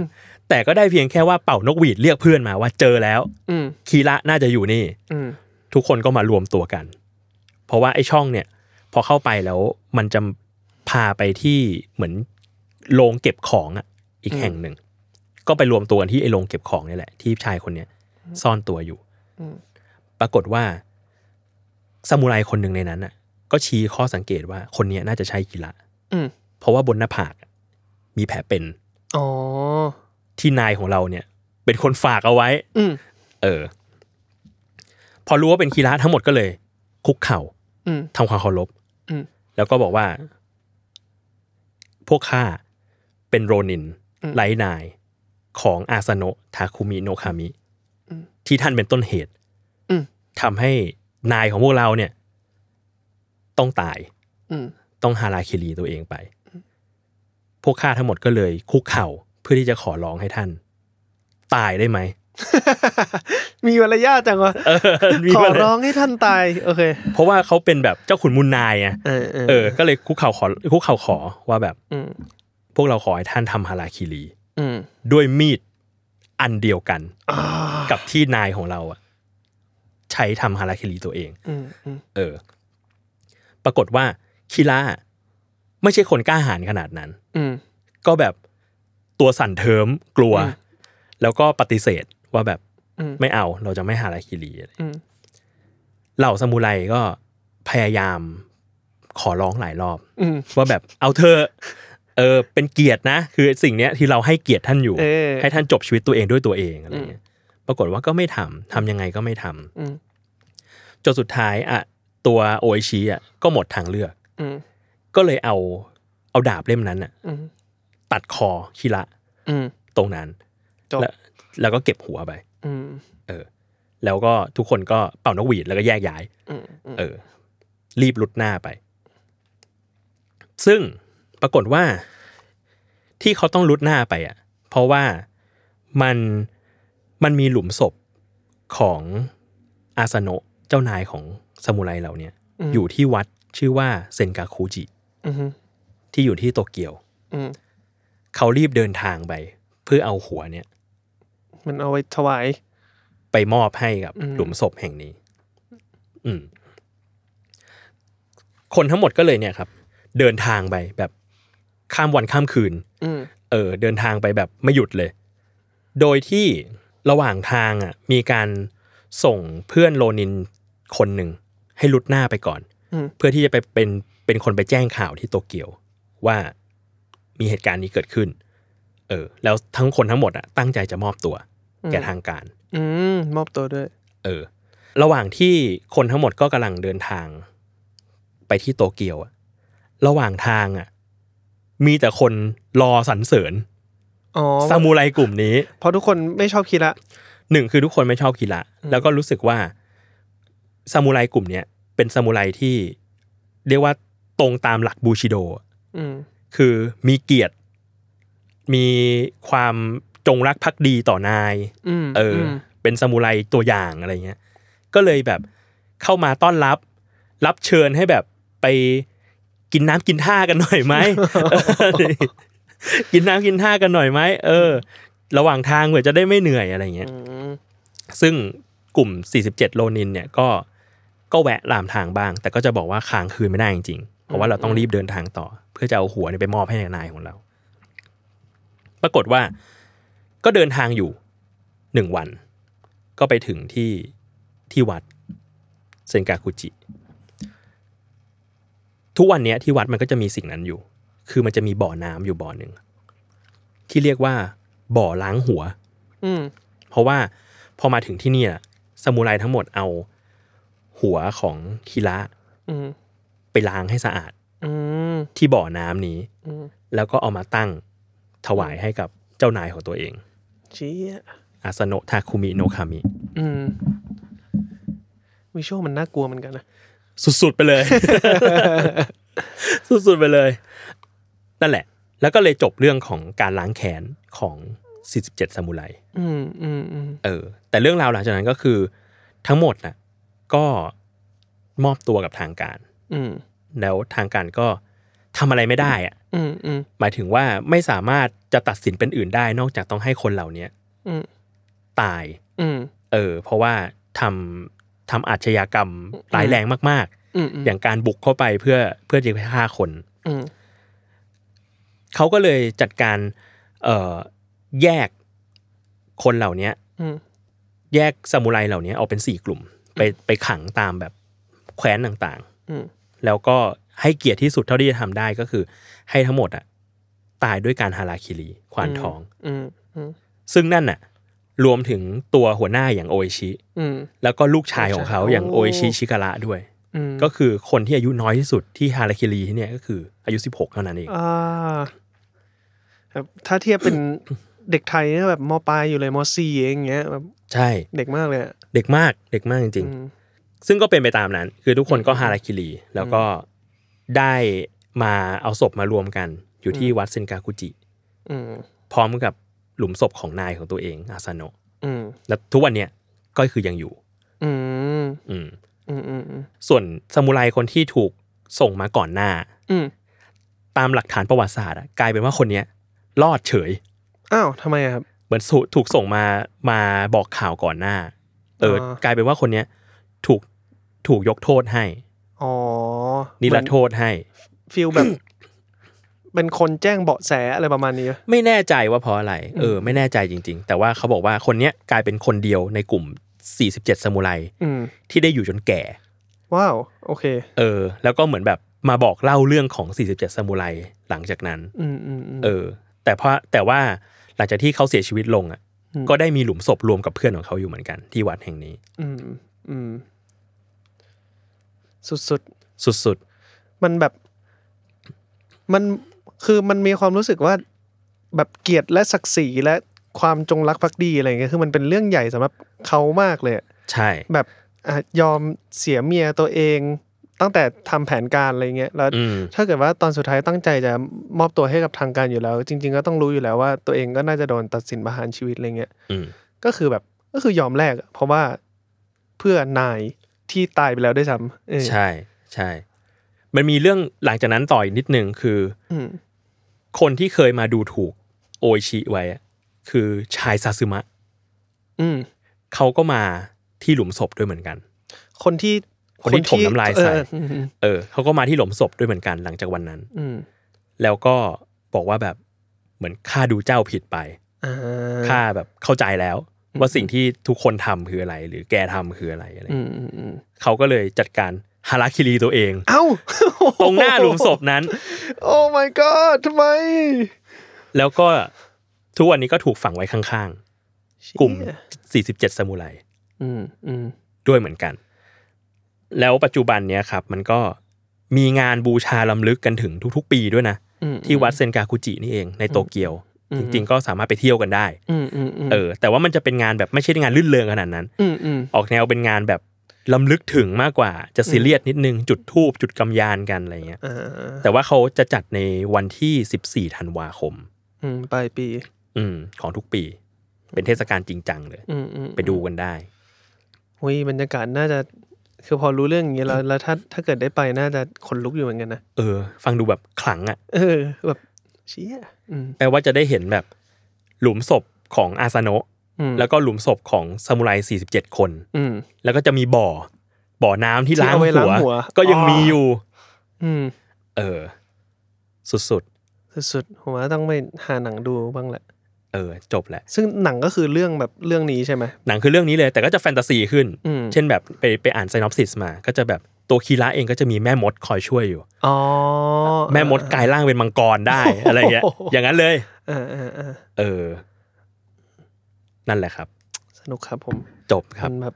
Speaker 2: แต่ก็ได้เพียงแค่ว่าเป่านกหวีดเรียกเพื่อนมาว่าเจอแล้ว
Speaker 3: อืม
Speaker 2: คีระน่าจะอยู่นี่
Speaker 3: อืม
Speaker 2: ทุกคนก็มารวมตัวกัน เพราะว่าไอ้ช่องเนี่ย พอเข้าไปแล้วมันจะพาไปที่เหมือนโรงเก็บของอ่ะอีกแห่งหนึ่ง ก็ไปรวมตัวกันที่ไอ้โรงเก็บของเนี่ยแหละ ที่ชายคนเนี้ยซ่อนตัวอยู่ปรากฏว่าซามูไรคนหนึ่งในนั้นอ่ะ ก็ชี้ข้อสังเกตว่าคนเนี้ยน่าจะใช่กีระ
Speaker 3: อืม
Speaker 2: เพราะว่าบนหน้าผากอะมีแผลเป็น
Speaker 3: อ๋อ
Speaker 2: ที่นายของเราเนี่ย เป็นคนฝากเอาไว้
Speaker 3: อืม
Speaker 2: เออ พอรู้ว่าเป็นคีระทั้งหมดก็เลย คุกเข่า
Speaker 3: อืม
Speaker 2: ทำความเคารพ
Speaker 3: อืม
Speaker 2: แล้วก็บอกว่า พวกข้าเป็นโรนินไลนาย ของอาสโนะทาคุมิโนคามิ ที่ท่านเป็นต้นเหตุ
Speaker 3: อืม
Speaker 2: ทำให้นายของพวกเราเนี่ย ต้องตาย
Speaker 3: อืม
Speaker 2: ต้องฮาราคิรีตัวเองไป พวกข้าทั้งหมดก็เลย คุกเข่าเพื่อที่จะขอร้องให้ท่าน ตายได้ไหม
Speaker 3: มีวรรยาทจังวะ
Speaker 2: เออมี
Speaker 3: ขอ
Speaker 2: มาเลย
Speaker 3: ร้องให้ท่านตาย โอเค
Speaker 2: เพราะว่าเขาเป็นแบบเจ้าขุนมุนนายไง
Speaker 3: เออเออ
Speaker 2: เออ ก็เลยคุกเข่าขอคุกเข่าขอว่าแบบ
Speaker 3: อืม
Speaker 2: พวกเราขอให้ท่านทำฮาราคิรี
Speaker 3: อืม
Speaker 2: ด้วยมีดอันเดียวกัน กับที่นายของเราอะใช้ทำฮาราคิรีตัวเอง
Speaker 3: อืม อืม
Speaker 2: เออ ปรากฏว่าคิระไม่ใช่คนกล้าหาญขนาดนั้น
Speaker 3: อืม
Speaker 2: ก็แบบตัวสั่นเทิมกลัว
Speaker 3: อืม
Speaker 2: แล้วก็ปฏิเสธว่าแบบ
Speaker 3: อืม
Speaker 2: ไม่เอาเราจะไม่ฮาราคิรีอะไร
Speaker 3: อืม
Speaker 2: เหล่าซามูไรก็พยายามขอร้องหลายรอบ
Speaker 3: อืม
Speaker 2: ว่าแบบเอาเธอะเออเป็นเกียรตินะ คือสิ่งเนี้ยที่เราให้เกียรติท่านอยู่
Speaker 3: เออ
Speaker 2: ให้ท่านจบชีวิตตัวเองด้วยตัวเองอะไรเงี้ยปรากฏว่าก็ไม่ทำทำยังไงก็ไม่ทำ
Speaker 3: อืม
Speaker 2: จนสุดท้ายอ่ะตัวโออิชิอ่ะก็หมดทางเลือก
Speaker 3: อืม
Speaker 2: ก็เลยเอาเอาดาบเล่มนั้นอ่ะ
Speaker 3: อืม
Speaker 2: ตัดคอคิระ
Speaker 3: อืม
Speaker 2: ตรงนั้น
Speaker 3: จบ
Speaker 2: แล้วแล้วก็เก็บหัวไป
Speaker 3: อืม
Speaker 2: เออ แล้วก็ทุกคนก็เป่านกหวีดแล้วก็แยกย้าย
Speaker 3: อืม อืม
Speaker 2: เออ รีบลุดหน้าไป ซึ่งปรากฏว่าที่เขาต้องลุดหน้าไปอ่ะ เพราะว่ามันมันมีหลุมศพของอาสโนะเจ้านายของสมุไรเหล่าเนี้ยอยู่ที่วัดชื่อว่าเซนกาคูจิ
Speaker 3: อืม
Speaker 2: ที่อยู่ที่โตเกียว
Speaker 3: อืม
Speaker 2: เขารีบเดินทางไป เพื่อเอาหัวเนี่ย
Speaker 3: มันเอาไว้ถวาย
Speaker 2: ไปมอบให้กับ
Speaker 3: อืม
Speaker 2: หลุมศพแห่งนี้ อืม คนทั้งหมดก็เลยเนี่ยครับ เดินทางไปแบบข้ามวันข้ามคืน
Speaker 3: อืม
Speaker 2: เออ เดินทางไปแบบไม่หยุดเลย โดยที่ระหว่างทางอ่ะ มีการส่งเพื่อนโลนินคนหนึ่ง ให้ลุดหน้าไปก่อน
Speaker 3: อืม
Speaker 2: เพื่อที่จะไปเป็นเป็นคนไปแจ้งข่าวที่โตเกียว ว่ามีเหตุการณ์นี้เกิดขึ้น เออ แล้วทั้งคนทั้งหมดอ่ะตั้งใจจะมอบตัว แก่ทางการ
Speaker 3: อืม มอบตัวด้วย
Speaker 2: เออ ระหว่างที่คนทั้งหมดก็กำลังเดินทางไปที่โตเกียวอะระหว่างทางอะมีแต่คนรอสรรเสริญ
Speaker 3: อ๋อ
Speaker 2: ซามูไรกลุ่มนี้
Speaker 3: เพราะทุกคนไม่ชอบคีระ
Speaker 2: หนึ่งคือทุกคนไม่ชอบกีฬาแล้วก็รู้สึกว่าซามูไรกลุ่มเนี้ยเป็นซามูไรที่เรียกว่าตรงตามหลักบูชิโดอะ
Speaker 3: อืม
Speaker 2: คือมีเกียรติ มีความจงรักภักดีต่อนาย
Speaker 3: อืม
Speaker 2: เอออเป็นซามูไรตัวอย่างอะไรเงี้ย ก็เลยแบบเข้ามาต้อนรับ รับเชิญให้แบบไปกินน้ำกินท่ากันหน่อย *laughs* ไหม กินน้ำกินท่ากันหน่อยไหมเออ ระหว่างทางเผื่อจะได้ไม่เหนื่อยอะไรเงี้ย ซึ่งกลุ่ม 47 โลนินเนี่ยก็ก็แวะลามทางบ้าง แต่ก็จะบอกว่าค้างคืนไม่ได้จริงๆ เพราะว่าเราต้องรีบเดินทางต่อ เพื่อจะเอาหัวเนี่ยไปมอบให้นายของเรา ปรากฏว่าก็เดินทางอยู่หนึ่งวัน ก็ไปถึงที่ที่วัดเซนกาคุจิ ทุกวันเนี้ยที่วัดมันก็จะมีสิ่งนั้นอยู่ คือมันจะมีบ่อน้ำอยู่บ่อหนึ่ง ที่เรียกว่า บ่อล้างหัว
Speaker 3: อืม
Speaker 2: เพราะว่าพอมาถึงที่เนี่ยสมุไรทั้งหมดเอาหัวของคีระ
Speaker 3: อืม
Speaker 2: ไปล้างให้สะอาด
Speaker 3: อืม
Speaker 2: ที่บ่อน้ำนี้
Speaker 3: อืม
Speaker 2: แล้วก็เอามาตั้งถวายให้กับเจ้านายของตัวเอง
Speaker 3: เชี้
Speaker 2: อาสโนะทาคุมิโนคามิ
Speaker 3: อืม วิชวลมันน่ากลัวเหมือนกันนะ
Speaker 2: สุด ๆ ไปเลย *laughs* สุด ๆ ไปเลย นั่นแหละ แล้วก็เลยจบเรื่องของการล้างแค้นของ 47ซามูไร
Speaker 3: อืม อืม อืม
Speaker 2: เออแต่เรื่องราวหลังจากนั้นก็คือทั้งหมดน่ะก็มอบตัวกับทางการ
Speaker 3: อืม
Speaker 2: แล้วทางการก็ทำอะไรไม่ได้อะ
Speaker 3: อืม อืม
Speaker 2: หมายถึงว่าไม่สามารถจะตัดสินเป็นอื่นได้ นอกจากต้องให้คนเหล่าเนี้ย
Speaker 3: อืม
Speaker 2: ตาย
Speaker 3: อืม
Speaker 2: เออ เพราะว่าทำทำอาชญากรรมร้ายแรงมาก
Speaker 3: อืมอืม
Speaker 2: อย่างการบุกเข้าไปเพื่อเพื่อจะไปฆ่าคน
Speaker 3: อืม
Speaker 2: เขาก็เลยจัดการเอ่อแยกคนเหล่าเนี้ย
Speaker 3: อืม
Speaker 2: แยกซามูไรเหล่านี้ออกเป็นสี่กลุ่ม ไปไปขังตามแบบแคว้นต่าง
Speaker 3: อืม
Speaker 2: ๆ แล้วก็ให้เกียรติที่สุดเท่าที่จะทำได้ก็คือ ให้ทั้งหมดอะตายด้วยการฮาราคิรีควานทอง
Speaker 3: อืมอืม
Speaker 2: ซึ่งนั่นน่ะรวมถึงตัวหัวหน้าอย่างโออิชิ
Speaker 3: อืม
Speaker 2: แล้วก็ลูกชายของเขาอย่าง
Speaker 3: โอ้
Speaker 2: โออิชิชิการะด้วย
Speaker 3: อืม
Speaker 2: ก็คือคนที่อายุน้อยที่สุดที่ฮาราคิรีที่เนี่ยก็คืออายุ 16 เท่านั้นเอง
Speaker 3: อ่าแบบถ้าเทียบเป็น เด็กไทยเนี่ยแบบมปลายอยู่เลยมสี่เองเงี้ยแบบ
Speaker 2: ใช่
Speaker 3: เด็กมากเลยอะ
Speaker 2: เด็กมากเด็กมากจริง
Speaker 3: อืม
Speaker 2: ๆ ซึ่งก็เป็นไปตามนั้น คือทุกคนก็ฮาราคิรีแล้วก็ได้มาเอาศพมารวมกัน อยู่ที่วัดเซนกาคุจิ
Speaker 3: อืม
Speaker 2: พร้อมกับหลุมศพของนายของตัวเองอาซาโนะ
Speaker 3: อืม
Speaker 2: และทุกวันเนี้ยก็คือยังอยู่
Speaker 3: อืม
Speaker 2: อืม
Speaker 3: อืมอืมอืม
Speaker 2: ส่วนซามูไรคนที่ถูกส่งมาก่อนหน้า
Speaker 3: อืม
Speaker 2: ตามหลักฐานประวัติศาสตร์อะกลายเป็นว่าคนเนี้ยรอดเฉย
Speaker 3: อ้าวทำไมอะครับ
Speaker 2: เหมือนสุถูกส่งมามาบอกข่าวก่อนหน้า เออ
Speaker 3: อ่าก
Speaker 2: ลายเป็นว่าคนเนี้ยถูกถูกยกโทษให้
Speaker 3: อ๋อ
Speaker 2: นิรโทษให้
Speaker 3: ฟิลแบบ *coughs* เป็นคนแจ้งเบาะแสอะไรประมาณนี้ปะ
Speaker 2: ไม่แน่ใจว่าเพราะอะไร เออ ไม่แน่ใจจริง ๆ แต่ว่าเขาบอกว่าคนเนี้ยกลายเป็นคนเดียวในกลุ่ม 47ซามูไร
Speaker 3: อืม
Speaker 2: ที่ได้อยู่จนแก่
Speaker 3: ว้าว โอเค
Speaker 2: เออ แล้วก็เหมือนแบบมาบอกเล่าเรื่องของ 47ซามูไรหลังจากนั้น
Speaker 3: อืมอืมอืม
Speaker 2: เออ แต่เพราะแต่ว่าหลังจากที่เขาเสียชีวิตลงอ่ะ
Speaker 3: อืม
Speaker 2: ก็ได้มีหลุมศพรวมกับเพื่อนของเขาอยู่เหมือนกันที่วัดแห่งนี้
Speaker 3: อืมอืมสุด
Speaker 2: สุด
Speaker 3: ๆ มันแบบ มันคือมันมีความรู้สึกว่า แบบเกียรติและศักดิ์ศรีและความจงรักภักดีอะไรอย่างเงี้ยคือมันเป็นเรื่องใหญ่สำหรับเขามากเลยอะ
Speaker 2: ๆ ใช่
Speaker 3: แบบอ่ะยอมเสียเมียตัวเอง ตั้งแต่ทำแผนการอะไรเงี้ยแล้ว
Speaker 2: อืม
Speaker 3: ถ้าเกิดว่าตอนสุดท้ายตั้งใจจะมอบตัวให้กับทางการอยู่แล้ว จริง ๆ ก็ต้องรู้อยู่แล้วว่าตัวเองก็น่าจะโดนตัดสินประหารชีวิตอะไรเงี้ย
Speaker 2: อืม
Speaker 3: ก็คือแบบก็คือยอมแลกอะเพราะว่าเพื่อนายที่ตายไปแล้วด้วยซ้ำเออ
Speaker 2: ใช่ใช่ มันมีเรื่องหลังจากนั้นต่ออีกนิดนึงคือ
Speaker 3: อืม
Speaker 2: คนที่เคยมาดูถูกโออิชิไว้อะคือชายซาซึมะ
Speaker 3: อืม
Speaker 2: เขาก็มาที่หลุมศพด้วยเหมือนกัน
Speaker 3: คนที่
Speaker 2: คนที่ถมน้ำลายใส่
Speaker 3: เอออืมอืม
Speaker 2: เออเขาก็มาที่หลุมศพด้วยเหมือนกันหลังจากวันนั้น
Speaker 3: อืม
Speaker 2: แล้วก็บอกว่าแบบเหมือนข้าดูเจ้าผิดไป
Speaker 3: อ่า
Speaker 2: ข้าแบบเข้าใจแล้ว ว่าสิ่งที่ทุกคนทำคืออะไร หรือแกทำคืออะไรอะไร
Speaker 3: อืมอืมอืม
Speaker 2: เขาก็เลยจัดการฮาราคิรีตัวเอง
Speaker 3: เอ้า
Speaker 2: ตรงหน้าหลุมศพนั้น
Speaker 3: โอ้ my god ทำไม
Speaker 2: แล้วก็ทุกวันนี้ก็ถูกฝังไว้ข้างๆ กลุ่ม
Speaker 3: เชี่ย
Speaker 2: 47ซามูไร
Speaker 3: อืมอืม
Speaker 2: ด้วยเหมือนกัน แล้วปัจจุบันเนี้ยครับ มันก็มีงานบูชาลำลึกกันถึงทุกๆ ปีด้วยนะ
Speaker 3: อืม
Speaker 2: ที่วัดเซนกาคุจินี่เองในโตเกียว จริงๆ ก็สามารถไปเที่ยวกันได้
Speaker 3: อืมอืมอืม
Speaker 2: เออ แต่ว่ามันจะเป็นงานแบบไม่ใช่งานลื่นเริงขนาดนั้น
Speaker 3: อืมอืม
Speaker 2: ออกแนวเป็นงานแบบลำลึกถึงมากกว่า จะซีเรียสนิดนึง จุดทูบจุดกำยานกันอะไรเงี้ย
Speaker 3: อ่า
Speaker 2: แต่ว่าเขาจะจัดในวันที่ 14ธันวาคม
Speaker 3: อืมปลายปี
Speaker 2: อืมของทุกปี เป็นเทศกาลจริงจังเลย
Speaker 3: อืมอืม
Speaker 2: ไปดูกันได้
Speaker 3: อุ้ยบรรยากาศน่าจะคือพอรู้เรื่องอย่างนี้แล้วแล้วถ้าถ้าเกิดได้ไปน่าจะขนลุกอยู่เหมือนกันนะ
Speaker 2: เออ ฟังดูแบบขลังอะ่ะ
Speaker 3: เออ แบบเชี่ยอืม
Speaker 2: แปลว่าจะได้เห็นแบบหลุมศพของอาซาโนะ
Speaker 3: อืม
Speaker 2: แล้วก็หลุมศพของซามูไร 47 คน
Speaker 3: อืม
Speaker 2: แล้วก็จะมีบ่อ บ่อน้ำที่
Speaker 3: ที่
Speaker 2: ล้าง
Speaker 3: เอาไว้
Speaker 2: หัว
Speaker 3: ล้างหัว
Speaker 2: ก็ยัง
Speaker 3: อ๋อ
Speaker 2: มีอยู่
Speaker 3: อืม
Speaker 2: เออ สุด
Speaker 3: สุดๆผมว่าต้องไปหาหนังดูบ้างแหละ
Speaker 2: ๆ เออ จบแหละ
Speaker 3: ซึ่งหนังก็คือเรื่องแบบเรื่องนี้ใช่ไหม
Speaker 2: หนังคือเรื่องนี้เลย แต่ก็จะแฟนตาซีขึ้น
Speaker 3: อืม
Speaker 2: เช่นแบบไปไปอ่านไซนอปซิสมา ก็จะแบบตัวคีระเองก็จะมีแม่มดคอยช่วยอยู่
Speaker 3: อ๋อ
Speaker 2: แม่มดกลายร่างเป็นมังกรได้อะไร
Speaker 3: *laughs*
Speaker 2: เงี้ย อย่างนั้นเลย
Speaker 3: เออเออเออ
Speaker 2: เออ นั่นแหละครับ
Speaker 3: สนุกครับผม
Speaker 2: จบครับ
Speaker 3: มันแบบ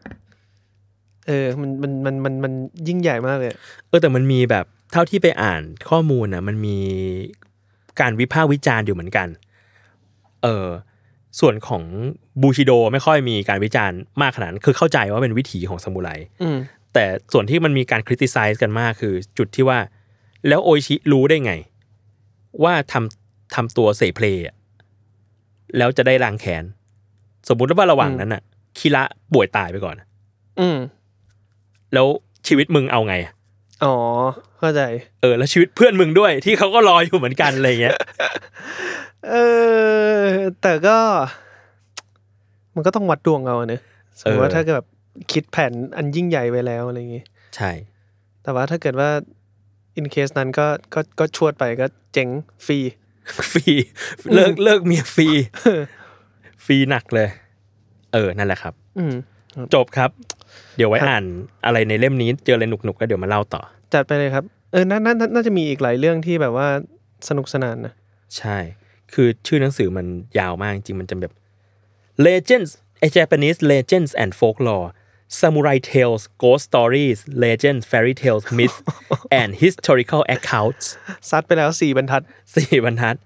Speaker 3: เออ มันมันมันมันมันยิ่งใหญ่มากเลย
Speaker 2: เออแต่มันมีแบบเท่าที่ไปอ่านข้อมูลนะมันมีการวิพากษ์วิจารณ์อยู่เหมือนกัน เออส่วนของบูชิโดไม่ค่อยมีการวิจารณ์มากขนาดนั้นคือเข้าใจว่าเป็นวิถีของซามูไร
Speaker 3: อืม
Speaker 2: แต่ส่วนที่มันมีการคริติไซส์กันมากคือจุดที่ว่า แล้วโออิชิรู้ได้ไง ว่าทำทำตัวเสเพลย์อะแล้วจะได้ล้างแขน สมมุติว่าระหว่างนั้นอะคิระป่วยตายไปก่อน
Speaker 3: อืม
Speaker 2: แล้วชีวิตมึงเอาไงอะ
Speaker 3: อ๋อเข้าใจ
Speaker 2: เออแล้วชีวิตเพื่อนมึงด้วยที่เขาก็รออยู่เหมือนกันอะไรเงี้ย
Speaker 3: เออแต่ก็ มันก็ต้องวัดดวงเอาเนอะสมมติว่า
Speaker 2: เออ
Speaker 3: ถ้าเกิดแบบคิดแผนอันยิ่งใหญ่ไว้แล้วอะไรอย่างงี้
Speaker 2: ใช่
Speaker 3: แต่ว่าถ้าเกิดว่าอินเคสนั้นก็ก็ก็ชวดไปก็เจ๊งฟรี
Speaker 2: ฟรีเลิกเลิกเมียฟรีฟรีหนักเลย เออนั่นแหละครับ
Speaker 3: อืม
Speaker 2: จบครับ เดี๋ยวไว้
Speaker 3: ครับ
Speaker 2: อ่านอะไรในเล่มนี้เจออะไรหนุกๆก็เดี๋ยวมาเล่าต่อ
Speaker 3: จัดไปเลยครับ เออน่าน่าน่าน่าจะมีอีกหลายเรื่องที่แบบว่าสนุกสนานนะ
Speaker 2: ใช่ คือชื่อหนังสือมันยาวมากจริงๆมันจะแบบ Legends a Japanese Legends and Folklore Samurai Tales Ghost Stories Legends Fairy Tales
Speaker 3: *laughs*
Speaker 2: Myths and Historical Accounts
Speaker 3: ซัดไปแล้วสี่บรรทัด
Speaker 2: สี่บรรทัด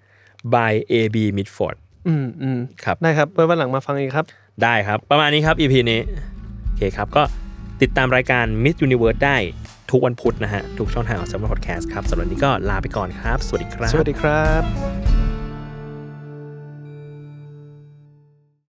Speaker 2: by A B Mitford
Speaker 3: อืมอืม
Speaker 2: ครับ
Speaker 3: ได้ครับไว้วันหลังมาฟังอีกครับ
Speaker 2: ได้ครับ ประมาณนี้ครับ EP นี้ โอเคครับ ก็ติดตามรายการ Miss Universe ได้ทุกวันพุธนะฮะ ทุกช่องทางของ s ัมมอร์พอดแคสต์ครับสำหรับวันนี้ก็ลาไปก่อนครับ สวัสดีครับ
Speaker 3: สวัสดีครับ